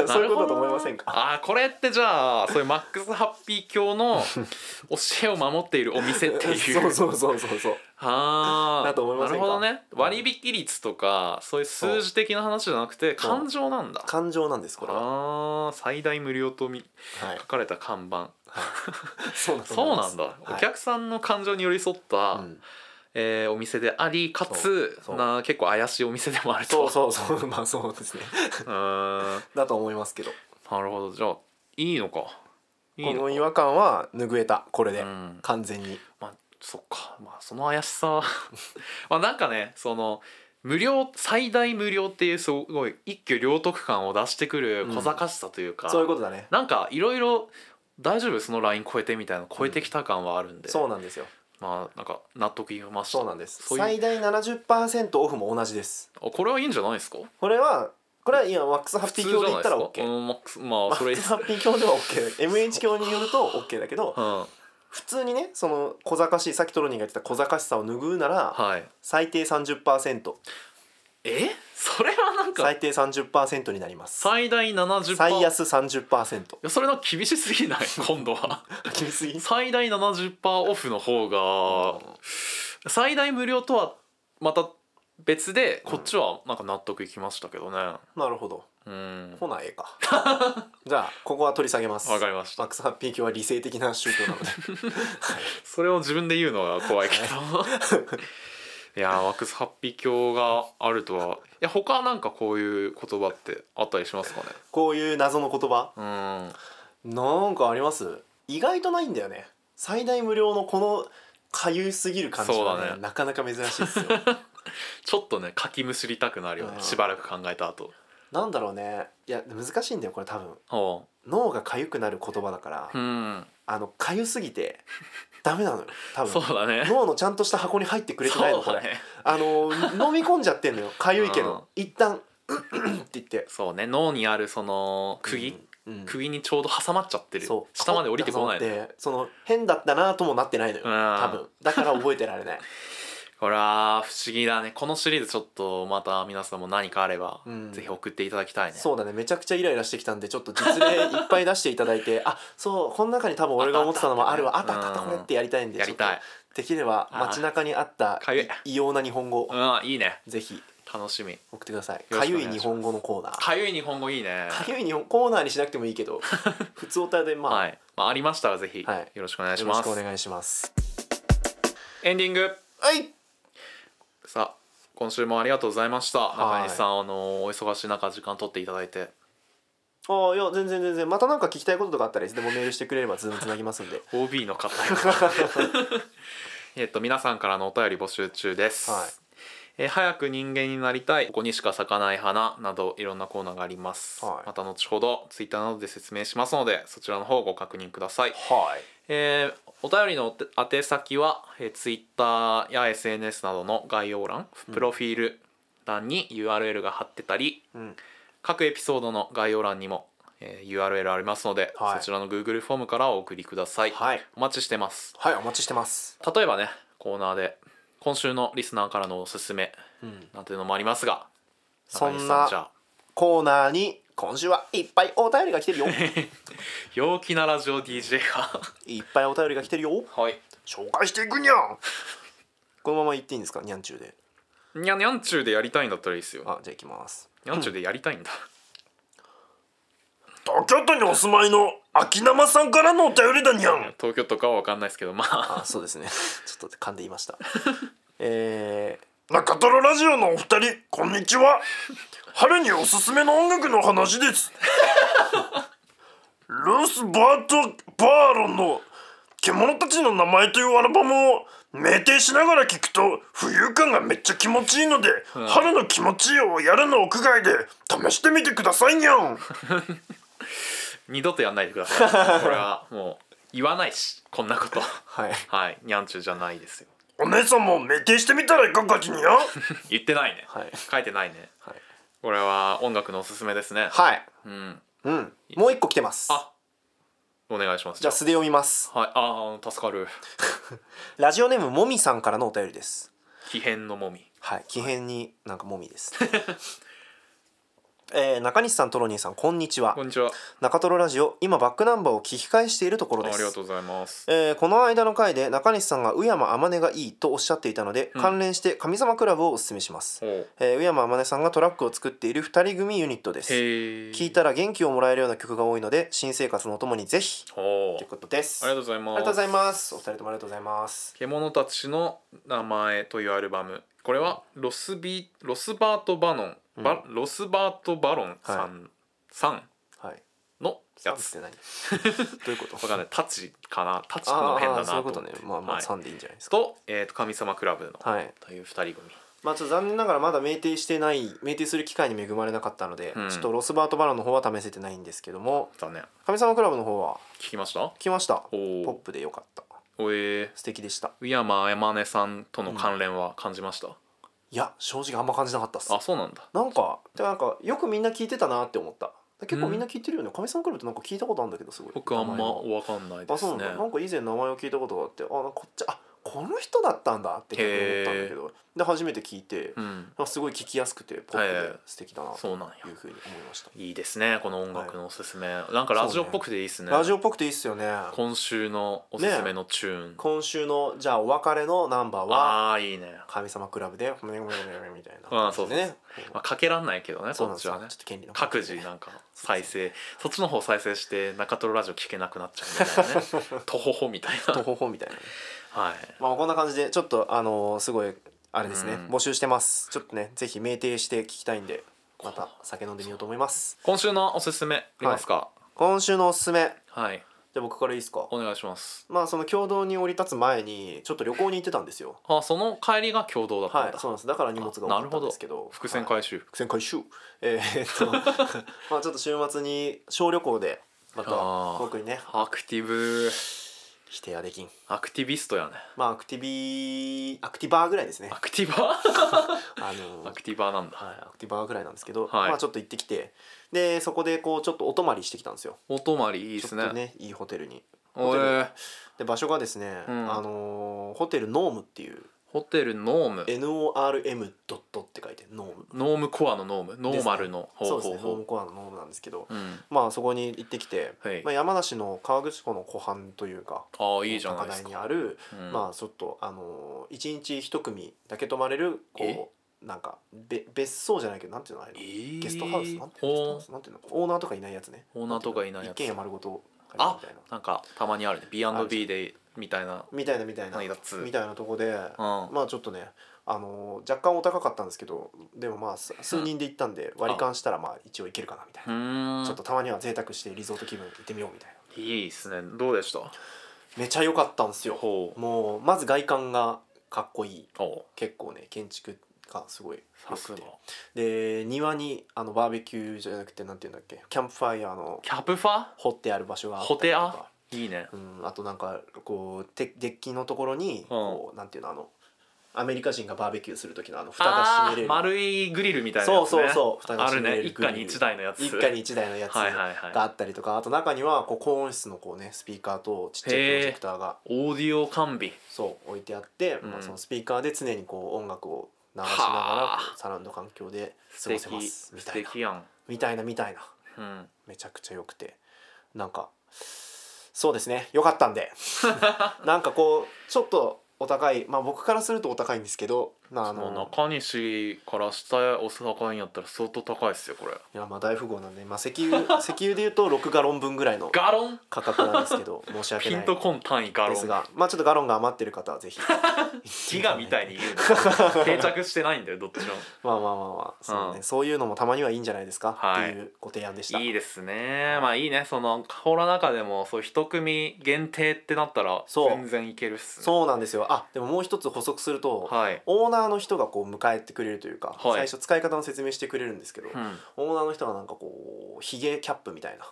S2: そういうことだと思いませんか
S1: ああーこれってじゃあそういうマックスハッピー教の教えを守っているお店っていう
S2: そうそうそうそうそう
S1: あー
S2: だと思いません
S1: な
S2: か
S1: るほどね割引率とかそういう数字的な話じゃなくて
S2: そう
S1: 感情なんだ
S2: 感情なんですこれは
S1: あー最大無料とみ
S2: はい
S1: 書かれた看板
S2: そうだと
S1: そ
S2: 思
S1: う
S2: いま
S1: な
S2: す
S1: んだ、
S2: はい
S1: お客さんの感情に寄り添った、
S2: うん
S1: えーお店でありかつ
S2: そうそう
S1: な結構怪しいお店でもある
S2: そ
S1: と
S2: うそうそうまあそうですね
S1: うーん
S2: だと思いますけど
S1: なるほどじゃあいいのかいい
S2: こ
S1: の
S2: の違和感は拭えたこれ
S1: う
S2: で
S1: ん
S2: 完全に
S1: まあそっかまあその怪しさは まあなんかねその無料最大無料っていうすごい一挙両得感を出してくる小賢しさというか、
S2: そういうことだね
S1: なんかいろいろ大丈夫そのライン超えてみたいな超えてきた感はあるんで、
S2: そうなんですよ
S1: まあなんか納得いきました
S2: そうなんです
S1: そういう
S2: 最大70%オフも同じです
S1: あこれはいいんじゃないですか
S2: これはこれは今ワックスハッピー教で言ったら
S1: 普通じゃ
S2: OK
S1: ないですかうんまあまあ
S2: ワ
S1: それ
S2: ック スハッピー教では OKMH 教によると OK だけど
S1: うん
S2: 普通にねその小賢しいさっきトロニーが言ってた小賢しさを拭うなら
S1: はい
S2: 最低30%
S1: えそれはなんか
S2: 最低30%になります
S1: 最大70%
S2: 最
S1: い
S2: 安30%
S1: やそれなんか厳しすぎない今度は
S2: 厳しすぎ
S1: 最大70%オフの方が最大無料とはまた別でこっちはなんか納得いきましたけどね
S2: なるほど
S1: うん
S2: ほなええかじゃあここは取り下げます
S1: わかりまし
S2: ワ
S1: た
S2: ックスハッピー教は理性的な宗教なので
S1: それを自分で言うのが怖いけどいやーワックスハッピー教があるとはいや他なんかこういう言葉ってあったりしますかね
S2: こういう謎の言葉
S1: うん
S2: なんかあります意外とないんだよね最大無料のこのかゆすぎる感じは
S1: そう
S2: ね
S1: だね
S2: なかなか珍しいで すよ
S1: ちょっとねかきむしりたくなるよね
S2: うん
S1: しばらく考えた後
S2: なんだろうねいや難しいんだよこれ多分
S1: お
S2: 脳がかゆくなる言葉だから、
S1: ううん
S2: あのかゆすぎてダメなのよ多
S1: そ
S2: 分
S1: うだね
S2: 脳のちゃんとした箱に入ってくれてないの
S1: そう
S2: こ
S1: だ
S2: れ、
S1: ね
S2: あの飲み込んじゃってんのよかゆいけど、一旦うんうんって言って
S1: そうね脳にあるその釘、
S2: うんうん
S1: 首にちょうど挟まっちゃってる
S2: そう
S1: 下まで降りてこないの
S2: でその変だったなともなってないのよ
S1: うん
S2: 多分だから覚えてられない、
S1: これは不思議だねこのシリーズちょっとまた皆さんも何かあれば、
S2: うん
S1: ぜひ送っていただきたいね
S2: そうだねめちゃくちゃイライラしてきたんでちょっと実例いっぱい出していただ いてあそうこの中に多分俺が思ってたのもあるわ
S1: あ
S2: あ
S1: っ
S2: ったた
S1: あ
S2: あ
S1: っ
S2: ったた
S1: あ
S2: あ
S1: っ
S2: ったたこれってやりたいんで
S1: やりたい
S2: ちょっとできれば
S1: あー
S2: 街中にあった
S1: かゆい
S2: 異様な日本語
S1: うんいいね
S2: ぜひ
S1: 楽しみ
S2: 送ってください
S1: よろ
S2: か
S1: しくお
S2: ゆ
S1: 願い
S2: い
S1: します
S2: 日本語のコーナー
S1: かゆい日本語いいね
S2: かゆい日本コーナーにしなくてもいい けど普通おたでまあ、
S1: はい、まあ、ありましたらぜひ、
S2: はい
S1: よろしくお願いし
S2: よろ
S1: ます
S2: しくお願いします
S1: エンディング
S2: はい
S1: さあ今週もありがとうございました
S2: はい
S1: 中西さんあのお忙しい中時間取っていただいて
S2: ああいや全然全然またなんか聞きたいこととかあったらいつでもメールしてくれればズームつなぎますんで
S1: OB の方へえっと皆さんからのお便り募集中です、
S2: はい
S1: えー早く人間になりたいここにしか咲かない花などいろんなコーナーがあります、
S2: はい
S1: また後ほどツイッターなどで説明しますのでそちらの方ご確認ください、
S2: はい
S1: えーお便りのお手宛先は、えー、ツイッターや SNS などの概要欄プロフィール欄に URL が貼ってたり、
S2: うん
S1: 各エピソードの概要欄にも、えー URL ありますので、
S2: はい
S1: そちらの Google フォームからお送りください、
S2: はい
S1: お待ちしてます
S2: はいお待ちしてます
S1: 例えばねコーナーで今週のリスナーからのおすすめ
S2: うん
S1: なんていうのもありますが
S2: そん
S1: 中
S2: な
S1: 西さじゃあ
S2: コーナーに今週はいっぱいお便りが来てる よ
S1: 陽気なラジオ DJ が
S2: いっぱいお便りが来てるよ
S1: はい
S2: 紹介していくにゃんこのまま言っていいんですかにゃんちゅうで
S1: にゃにゃんちゅうでやりたいんだったらいいですよ
S2: あじゃあいきます
S1: にゃんちゅうでやりたいんだ
S2: 東京都にお住まいの秋生さんからのお便りだにゃん
S1: 東京とかは分かんないですけどまあ
S2: あそうですねちょっと噛んでいましたえー、中トロラジオのお二人こんにちは春におすすめの音楽の話です ルース・バート・バーロンの「獣たちの名前」というアルバムを酩酊しながら聴くと浮遊感がめっちゃ気持ちいいので、
S1: うん
S2: 春の気持ちいいをやるの屋外で試してみてくださいにゃん
S1: 二度とやんないでくださいこれはもう言わないしこんなこと
S2: はい
S1: はいにゃんちゅうじゃないですよ
S2: お姉さんも酩酊してみたらいかがにゃん
S1: 言ってないね、
S2: はい
S1: 書いてないね
S2: はい、
S1: これは音楽のおすすめですね
S2: はい、
S1: うん
S2: うんもう一個来てます
S1: あお願いします
S2: じゃあ素で読みます。
S1: はいあー助かる
S2: ラジオネームもみさんからのお便りです。
S1: 奇変のもみ
S2: はい、奇変になんかもみです。えー、中西さん、トロニーさん、こんにちは
S1: こ。んにちは
S2: 中トロラジオ、今バックナンバーを聞き返しているところ
S1: あ
S2: で
S1: り
S2: す。
S1: がとうございます
S2: えーこの間の回で中西さんが宇山天音がいいとおっしゃっていたので、
S1: うん
S2: 関連して神様クラブをおすすめします、
S1: おう
S2: えー、宇山天音さんがトラックを作っている2人組ユニットです
S1: へえ
S2: 聞いたら元気をもらえるような曲が多いので新生活のお供にぜひ
S1: おう
S2: ということです
S1: ありがとうござ
S2: あ
S1: い
S2: り
S1: ます
S2: がとうございますお二人ともありがとうございます
S1: 獣たちの名前というアルバムこれはロスビロスバート・バノン、バロスバート・バロンさん、さん
S2: はい
S1: のや
S2: や
S1: つ
S2: つって何 どういうこと
S1: わかんないタチかなタチ
S2: あ
S1: の変だ
S2: あ
S1: な
S2: ーそうい
S1: と
S2: うことねまあま
S1: は
S2: あ
S1: い
S2: 三でいいんじゃないですか
S1: と,、えーと神様クラブの
S2: はい
S1: という2人組
S2: まあちょっと残念ながらまだ酩酊してない酩酊する機会に恵まれなかったので、
S1: うん
S2: ちょっとロスバート・バロンの方は試せてないんですけども
S1: 残念
S2: 神様クラブの方は
S1: 聞きました
S2: 来ました
S1: お
S2: ポッ
S1: ー
S2: プでよかった
S1: おえー
S2: 素敵でした
S1: 宇山山根さんとの関連は感じました、
S2: いや正直あんま感じなかったっす
S1: あそうなんだ
S2: なんかてかなんかよくみんな聞いてたなって思った結構みんな聞いてるよね、神様クラブってなんか聞いたことあるんだけどすごい
S1: 僕あん
S2: 名前
S1: ま
S2: は
S1: 分かんないで
S2: あ
S1: す
S2: そうなん
S1: ね
S2: だなんか以前名前を聞いたことがあってあなんかこっちあこの人だったんだって逆に思ったんだけどで初めて聞いて、
S1: うん
S2: あすごい聞きやすくてポップで素敵だなと
S1: そうなんや
S2: いうふうに思いました、
S1: いいですねこの音楽のおすすめ、なんかラジオっぽくていいですね
S2: ラジオっぽくていいっすよね
S1: 今週のおすすめのチューン、
S2: 今週のじゃあお別れのナンバーは
S1: ああーいいね、
S2: 「神様クラブ」で「ほめごめごめごめ」みたいな
S1: あーそうそう
S2: ね
S1: まあ、かけらんないけどね
S2: そ
S1: そう
S2: なん
S1: っ
S2: です
S1: ち
S2: よ
S1: はね
S2: ちょっと権利の
S1: 各自なんか再生そっちの方再生して中トロラジオ聞けなくなっちゃうみ たいなねとほほみたい
S2: と
S1: な
S2: ほほみたいなね
S1: はい
S2: まあこんな感じでちょっとあのーすごいあれですね
S1: うん
S2: 募集してますちょっとねぜひ酩酊して聞きたいんでまた酒飲んでみようと思います
S1: 今週のおすすめありますか
S2: 今週のおすすめ
S1: はい、
S2: じゃあ僕からいいですか
S1: お願いします
S2: まあその共同に降り立つ前にちょっと旅行に行ってたんですよ
S1: あその帰りが共同だったん
S2: は
S1: だ、
S2: いそうなんですだから荷物が多かったんですけ
S1: なる
S2: ど
S1: ほ伏線
S2: はい
S1: 回収、
S2: 伏線回収えーっと まあちょっと週末に小旅行でまた
S1: あー
S2: 僕にね
S1: アクティブ
S2: 否定はできん
S1: アクティビストやね
S2: まあアクティビアクティバーぐらいですね
S1: アクティバ
S2: あ
S1: ーア
S2: の
S1: クティバーなんだ
S2: はい、アクティバーぐらいなんですけど、
S1: はい
S2: まあちょっと行ってきてでそこでこうちょっとお泊まりしてきたんですよ
S1: お泊まりいいです
S2: ちょっ
S1: ね
S2: とねいいホテルに
S1: おえ
S2: で場所がですね、
S1: うん
S2: あのーホテルノームっていう
S1: ホテルノーム
S2: NORM ドットって書いてノーム
S1: ノームコアのノームノーマルの
S2: そ
S1: 方
S2: う
S1: 法
S2: ですねノームコアのノームなんですけど、
S1: うん
S2: まあそこに行ってきて、
S1: はい
S2: まあ、山梨の川口湖の湖畔というか
S1: ああいいじゃないです
S2: 高
S1: か
S2: 台にある、
S1: うん
S2: まあちょっとあのー一日一組だけ泊まれるこうなんかべ別荘じゃないけどなんていうのあれ
S1: えー
S2: ゲストハウスなんていうのゲストハウスなんていうのオーナーとかいないやつね
S1: オーナーとかいないやつ
S2: 一軒家丸ごと借りる
S1: あ
S2: みたいな
S1: なんかたまにあるね B&B でみたいな
S2: みたいなみたい
S1: ないや
S2: な
S1: つ
S2: みたいなとこで、
S1: うん
S2: まあちょっとねあのー若干お高かったんですけどでもまあす数人で行ったんで割り勘したらまあ一応行けるかなみたいうな、
S1: ーん
S2: ちょっとたまには贅沢してリゾート気分行ってみようみたいない
S1: いですねどうでした
S2: めちゃ良かったんですよ
S1: ほう
S2: もうまず外観がかっこいい
S1: お
S2: 結構ね建築がすごい良
S1: さす
S2: く
S1: が
S2: てで庭にあのバーベキューじゃなくてなんていうんだっけキャンプファイヤーの
S1: キャブファ
S2: 掘ってある場所があった
S1: ホ
S2: りと
S1: テ
S2: か
S1: アいいね
S2: うん、あとなんかこうデデッキのところにこう、なんていうのあのアメリカ人がバーベキューする時のあの蓋が閉
S1: あー
S2: めれる
S1: 丸いグリルみたいなやつね
S2: そうそうそう蓋が
S1: あ
S2: 閉
S1: る
S2: めれ
S1: ね
S2: る
S1: 一
S2: グリ
S1: 家
S2: ル
S1: に一台のやつ
S2: 一家に一台のやつ
S1: はいはい
S2: が
S1: はい
S2: あったりとかあと中にはこう高音質のこうねスピーカーとちっちゃいプロジェクターが
S1: オーディオ完備
S2: そう置いてあって、
S1: うん
S2: まあ、そのスピーカーで常にこう音楽を流しなが
S1: はあ
S2: らサラウンド環境で
S1: 素
S2: 過ごせま
S1: 敵
S2: すみ
S1: 素
S2: たいな
S1: 敵やん
S2: みたいなみたいな
S1: うん
S2: めちゃくちゃ良くてなんかそうですね良かった んでなんかこうちょっとお高いまあ僕からするとお高いんですけどまああ
S1: そう
S2: の
S1: 中西から下へお高いんやったら相当高いっすよこれ
S2: いやまあ大富豪なんで、まあ、石油 石油でいうと6ガロン分ぐらいの
S1: ガロン
S2: 価格なんですけ ど申し訳
S1: ピ
S2: な
S1: ン
S2: い
S1: とこん単位ガロ
S2: で
S1: ン
S2: すがまあちょっとガロンが余ってる方は ぜひ
S1: ギガみたいに言うの定着してないんだよどっ ちも
S2: まあまあまあまあそう,、ね
S1: うん
S2: そういうのもたまにはいいんじゃないですか、
S1: はい
S2: っていうご提案でした
S1: いいですねまあいいねそのコロナ禍でもそう一組限定ってなったら
S2: そう
S1: 全然いけるっすね
S2: そうなんですよあでももう一つ補足すると、
S1: はい、
S2: オーナーの人がこう迎えてくれるというか、
S1: はい
S2: 最初使い方の説明してくれるんですけど、
S1: うん、
S2: オーナーの人がなんかこうヒゲキャップみた いな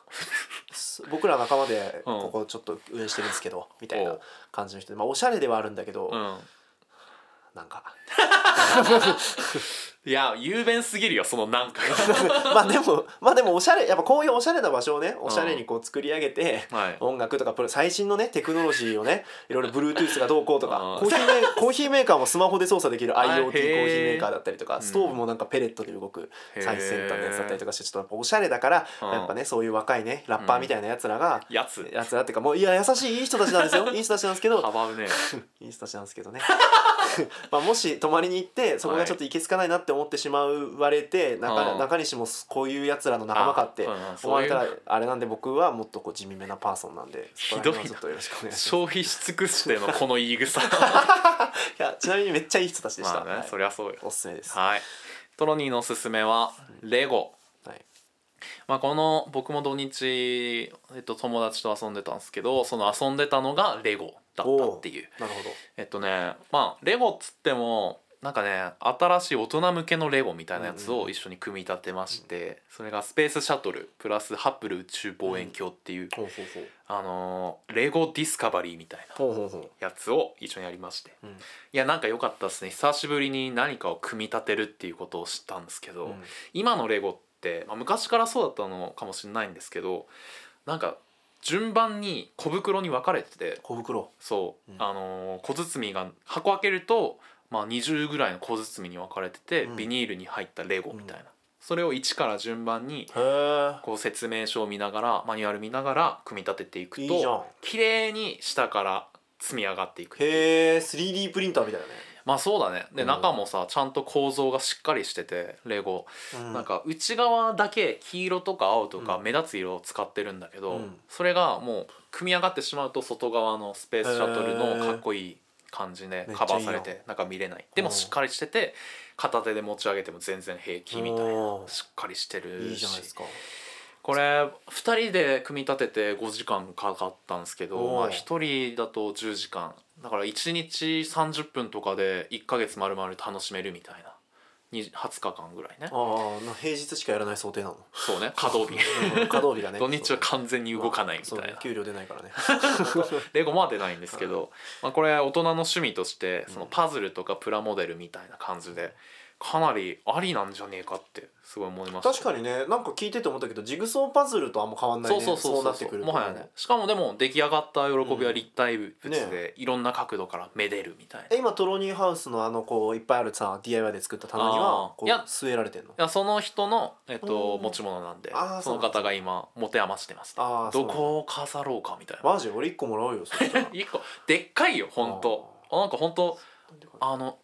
S2: す僕ら仲間で
S1: うん
S2: ここちょっと運営してるんですけど、みたい
S1: お
S2: な
S1: う
S2: 感じの人で、まあ、おしゃれではあるんだけど、
S1: うん、
S2: なんか
S1: いや雄弁すぎるよそのなんか
S2: まあでもまあでもおしゃれやっぱこういうおしゃれな場所をねおしゃれにこう作り上げて、
S1: がはい
S2: 音楽とかプロ最新のねテクノロジーをねいろいろ Bluetooth がどうこうとか
S1: あー
S2: コーヒーメ ーコーヒーメーカーもスマホで操作できる IoT
S1: あへー
S2: コーヒーメーカーだったりとか
S1: ん
S2: ストーブもなんかペレットで動く最先端のやつだったりとかしてちょっとやっぱおしゃれだから
S1: うん
S2: やっぱねそういう若いねラッパーみたいなやつらが
S1: やつ
S2: やつらっていうかもういや優しいいい人たちな んですよいい人たちなんですけど
S1: 幅うね
S2: いい人たちなんですけどね まあもし泊まりに行ってそこがちょっといけつかないなって思ってしまわれて中
S1: うん
S2: 中西もこういうやつらの仲間かって
S1: あうん
S2: 思われたら
S1: そう
S2: あれなんで僕はもっとこう地味めなパーソンなんでそこら辺は
S1: ひどいな
S2: ちょっとよろしくお願いしま
S1: 消費し尽くしてのこの言い 草
S2: すいやちなみにめっちゃいい人たちでした、
S1: まあね、
S2: はい
S1: そりゃそうよ
S2: おすすめです、
S1: はいトロニーのおすすめはレゴ
S2: はい
S1: まあ、この僕も土日、えっと、友達と遊んでたんですけどその遊んでたのがレゴだったっていう
S2: なるほど
S1: えっとねまあレゴっつってもなんかね新しい大人向けのレゴみたいなやつ
S2: うんう
S1: を一緒に組み立てまして、それがスペースシャトルプラスハッブル宇宙望遠鏡っていう、
S2: ほうほう
S1: あのーレゴディスカバリーみたいな
S2: ほうほうほうほ
S1: やつを一緒にやりまして
S2: ううん
S1: いやなんか良かったですね久しぶりに何かを組み立てるっていうことを知ったんですけど、
S2: うん
S1: 今のレゴって、まあ、昔からそうだったのかもしれないんですけどなんか順番に小袋に分かれてて
S2: 小袋
S1: そう、
S2: うん
S1: あのー小包みが箱開けると、まあ、20ぐらいの小包みに分かれてて、
S2: うん
S1: ビニールに入ったレゴみたいな、それを1から順番に
S2: へえ
S1: こう説明書を見ながらマニュアル見ながら組み立てていく
S2: いいじゃ
S1: と
S2: ん
S1: 綺麗に下から積み上がっていく
S2: へえ 3D プリンターみたいだね、
S1: まあそうだねで
S2: うん
S1: 中もさちゃんと構造がしっかりしててレゴ
S2: うん、
S1: なんか内側だけ黄色とか青とか
S2: うん
S1: 目立つ色を使ってるんだけど、
S2: うん
S1: それがもう組み上がってしまうと外側のスペースシャトル
S2: へ
S1: の
S2: ー
S1: かっこいい感じで
S2: めっちゃ
S1: カ
S2: いいな
S1: バーされてなんか見れないでもしっかりしてて片手で持ち上げても全然平気みたいな
S2: おー
S1: しっかりしてるし
S2: いいじゃないですか
S1: これ2人で組み立てて5時間かかったんですけど、
S2: おー
S1: まあ、1人だと10時間だから1日30分とかで1ヶ月丸々楽しめるみたいなに20日間ぐらいね
S2: ああな平日しかやらない想定なの
S1: そうね稼働日
S2: うん稼働日がね
S1: 土日は完全に動かないみた
S2: そう
S1: い
S2: ね
S1: な
S2: 給料出ないからね
S1: レゴもは出ないんですけど、まあ、これ大人の趣味としてそのパズルとかプラモデルみたいな感じでかなりありなんじゃねえかってすごい思いました
S2: 確かにねなんか聞いてて思ったけどジグソーパズルとあんま変わんない
S1: そう
S2: ね
S1: そうそうそう
S2: なってくると
S1: もはやねしかもでも出来上がった喜びは立体物
S2: うん
S1: でいろんな角度からめでるみたいな、
S2: え今トロニーハウスのあのこういっぱいあるさ DIY で作った棚には
S1: あー
S2: こう
S1: いや
S2: 据えられてんの
S1: いやその人の、えっと、
S2: うん
S1: 持ち物なんで
S2: あー
S1: その方が今持て余してます
S2: あー
S1: どこを飾ろうかみたいな
S2: マジ俺一個もらおうよ そしたら
S1: 一個でっかいよほんとあなんかほんと
S2: なんでかな
S1: あの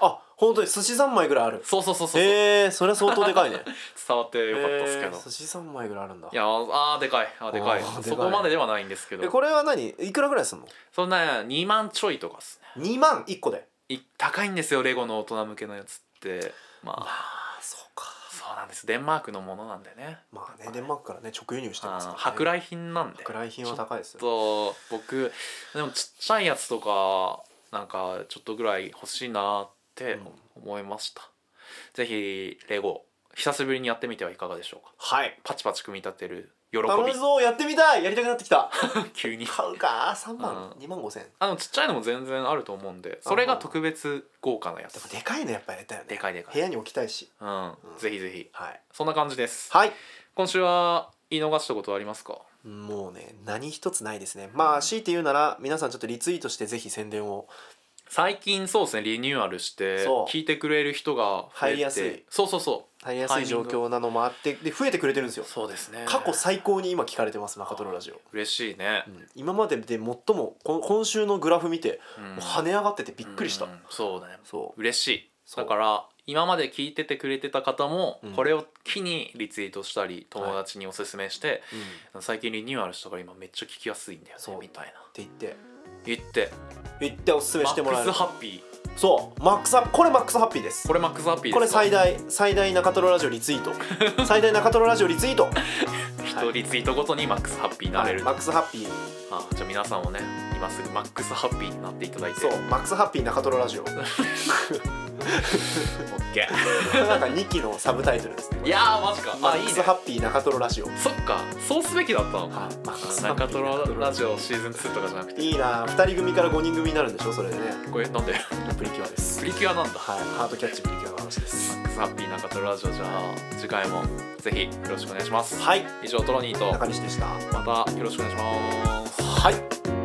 S2: あ本当に寿司三昧ぐらいある
S1: そうそうそうそう、
S2: へえそれは相当 でかいね
S1: 伝わってよかったですけ
S2: へ
S1: ど
S2: ー寿司三昧ぐらいあるんだ
S1: いやあーでかいあーでかい
S2: あーでかい
S1: そこまでではないんですけ
S2: え
S1: ど
S2: これは何いくらぐらいすんの
S1: そんな2万ちょいとかっす
S2: 2万1個で
S1: ねい高いんですよレゴの大人向けのやつってまあ
S2: ああそうか
S1: そうなんですデンマークのものなんでね
S2: まあねデンマークからね直輸入して
S1: あ
S2: ますか
S1: ー
S2: らね
S1: 舶来品なんで
S2: 舶来品は高いですよ
S1: ちょっと僕でもちっちゃいやつとかなんかちょっとぐらい欲しいなって思いました、ぜひレゴ久しぶりにやってみてはいかがでしょうか
S2: はい
S1: パチパチ組み立てる喜
S2: 楽しそうやってみたいやりたくなってきた
S1: び 急に
S2: 買うか3万
S1: うん
S2: 2万5千円
S1: あのちっちゃいのも全然あると思うんでそれが特別豪華なや
S2: で
S1: つ
S2: もでかいのやっぱやりたいよね
S1: でかいでかい
S2: 部屋に置きたいし
S1: うん、
S2: うん
S1: ぜひぜひ
S2: はい
S1: そんな感じです
S2: はい
S1: 今週は言い逃したことありますか
S2: もうね何一つないですねまあ強いて言うなら皆さんちょっとリツイートしてぜひ宣伝を
S1: 最近そうですねリニューアルして
S2: そう
S1: 聞いてくれる人が増えて
S2: 入りやすい
S1: そうそうそ
S2: 入りやすい状況なのもあってで増えてくれてるんです
S1: う
S2: よ
S1: そうですね
S2: 過去最高に今聞かれてます中トロラジオ、
S1: 嬉しいね
S2: う、ん今までで最もこの今週のグラフ見て
S1: うん
S2: もう跳ね上がっててびっくりした、
S1: うんそうだね
S2: そう
S1: 嬉しい
S2: そう
S1: だから今まで聞いててくれてた方も
S2: うん
S1: これを機にリツイートしたり友達におすすめして、
S2: うんって
S1: 最近リニューアルしたから今めっちゃ聞きやすいんだよ
S2: そ
S1: ね
S2: う
S1: みたいな
S2: 言って
S1: 言って
S2: 言っておすすめ
S1: マ
S2: してもらえ
S1: ッ
S2: る
S1: クスハッピ
S2: そうマックスハこれマックスハッピーです
S1: ーこれマックスハッピーです
S2: これ最大最大中トロラジオリツイート 最大中トロラジオリツイート
S1: 一リツイートごとにマックスハッピーにな
S2: は
S1: れ
S2: い
S1: る、
S2: マックスハッピー
S1: あじゃあ皆さんもね今すぐマックスハッピーになっていただいて
S2: そうマックスハッピー中トロラジオ
S1: オッケ
S2: なんか2期のサブタイトルですね
S1: ーいやーマジか
S2: マ
S1: あい
S2: ッ
S1: い
S2: ク
S1: ね
S2: スハッピー中トロラジオ
S1: そっかそうすべきだったのか
S2: あマックスハッピ
S1: 中
S2: ー
S1: トロラジオシーズン2とかじゃなくて
S2: いいな2人組から5人組になるんでしょそれでね
S1: これなんで
S2: プリキュアです
S1: プ
S2: はい
S1: リキュアなんだ
S2: ハートキャッチプリキュアの話です
S1: マックスハッピー中トロラジオじゃあ次回もぜひよろしくお願いします
S2: はい
S1: 以上トロニーと
S2: 中西でした
S1: またよろしくお願いします
S2: はい